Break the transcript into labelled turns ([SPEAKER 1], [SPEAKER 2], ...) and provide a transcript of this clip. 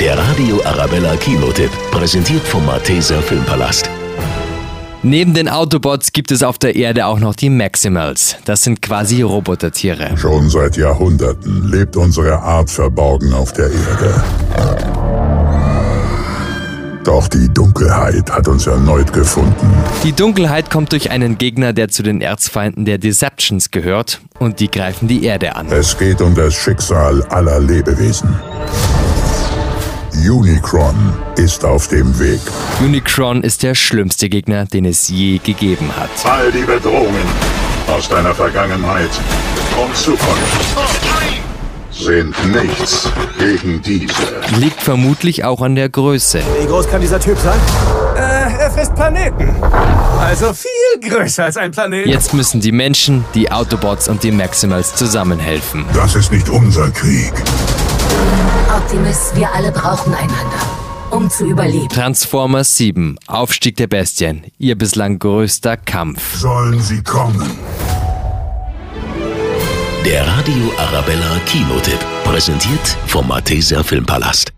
[SPEAKER 1] Der Radio Arabella Kinotipp, präsentiert vom Malteser Filmpalast.
[SPEAKER 2] Neben den Autobots gibt es auf der Erde auch noch die Maximals. Das sind quasi Robotertiere.
[SPEAKER 3] Schon seit Jahrhunderten lebt unsere Art verborgen auf der Erde. Doch die Dunkelheit hat uns erneut gefunden.
[SPEAKER 2] Die Dunkelheit kommt durch einen Gegner, der zu den Erzfeinden der Deceptions gehört und die greifen die Erde an.
[SPEAKER 3] Es geht um das Schicksal aller Lebewesen. Unicron ist auf dem Weg.
[SPEAKER 2] Unicron ist der schlimmste Gegner, den es je gegeben hat.
[SPEAKER 3] All die Bedrohungen aus deiner Vergangenheit und Zukunft sind nichts gegen diese.
[SPEAKER 2] Liegt vermutlich auch an der Größe.
[SPEAKER 4] Wie groß kann dieser Typ sein? Äh, er frisst Planeten. Also viel größer als ein Planet.
[SPEAKER 2] Jetzt müssen die Menschen, die Autobots und die Maximals zusammenhelfen.
[SPEAKER 3] Das ist nicht unser Krieg.
[SPEAKER 5] Optimus, wir alle brauchen einander, um zu überleben.
[SPEAKER 2] Transformers 7, Aufstieg der Bestien, ihr bislang größter Kampf.
[SPEAKER 3] Sollen sie kommen?
[SPEAKER 1] Der Radio Arabella Kinotipp, präsentiert vom Malteser Filmpalast.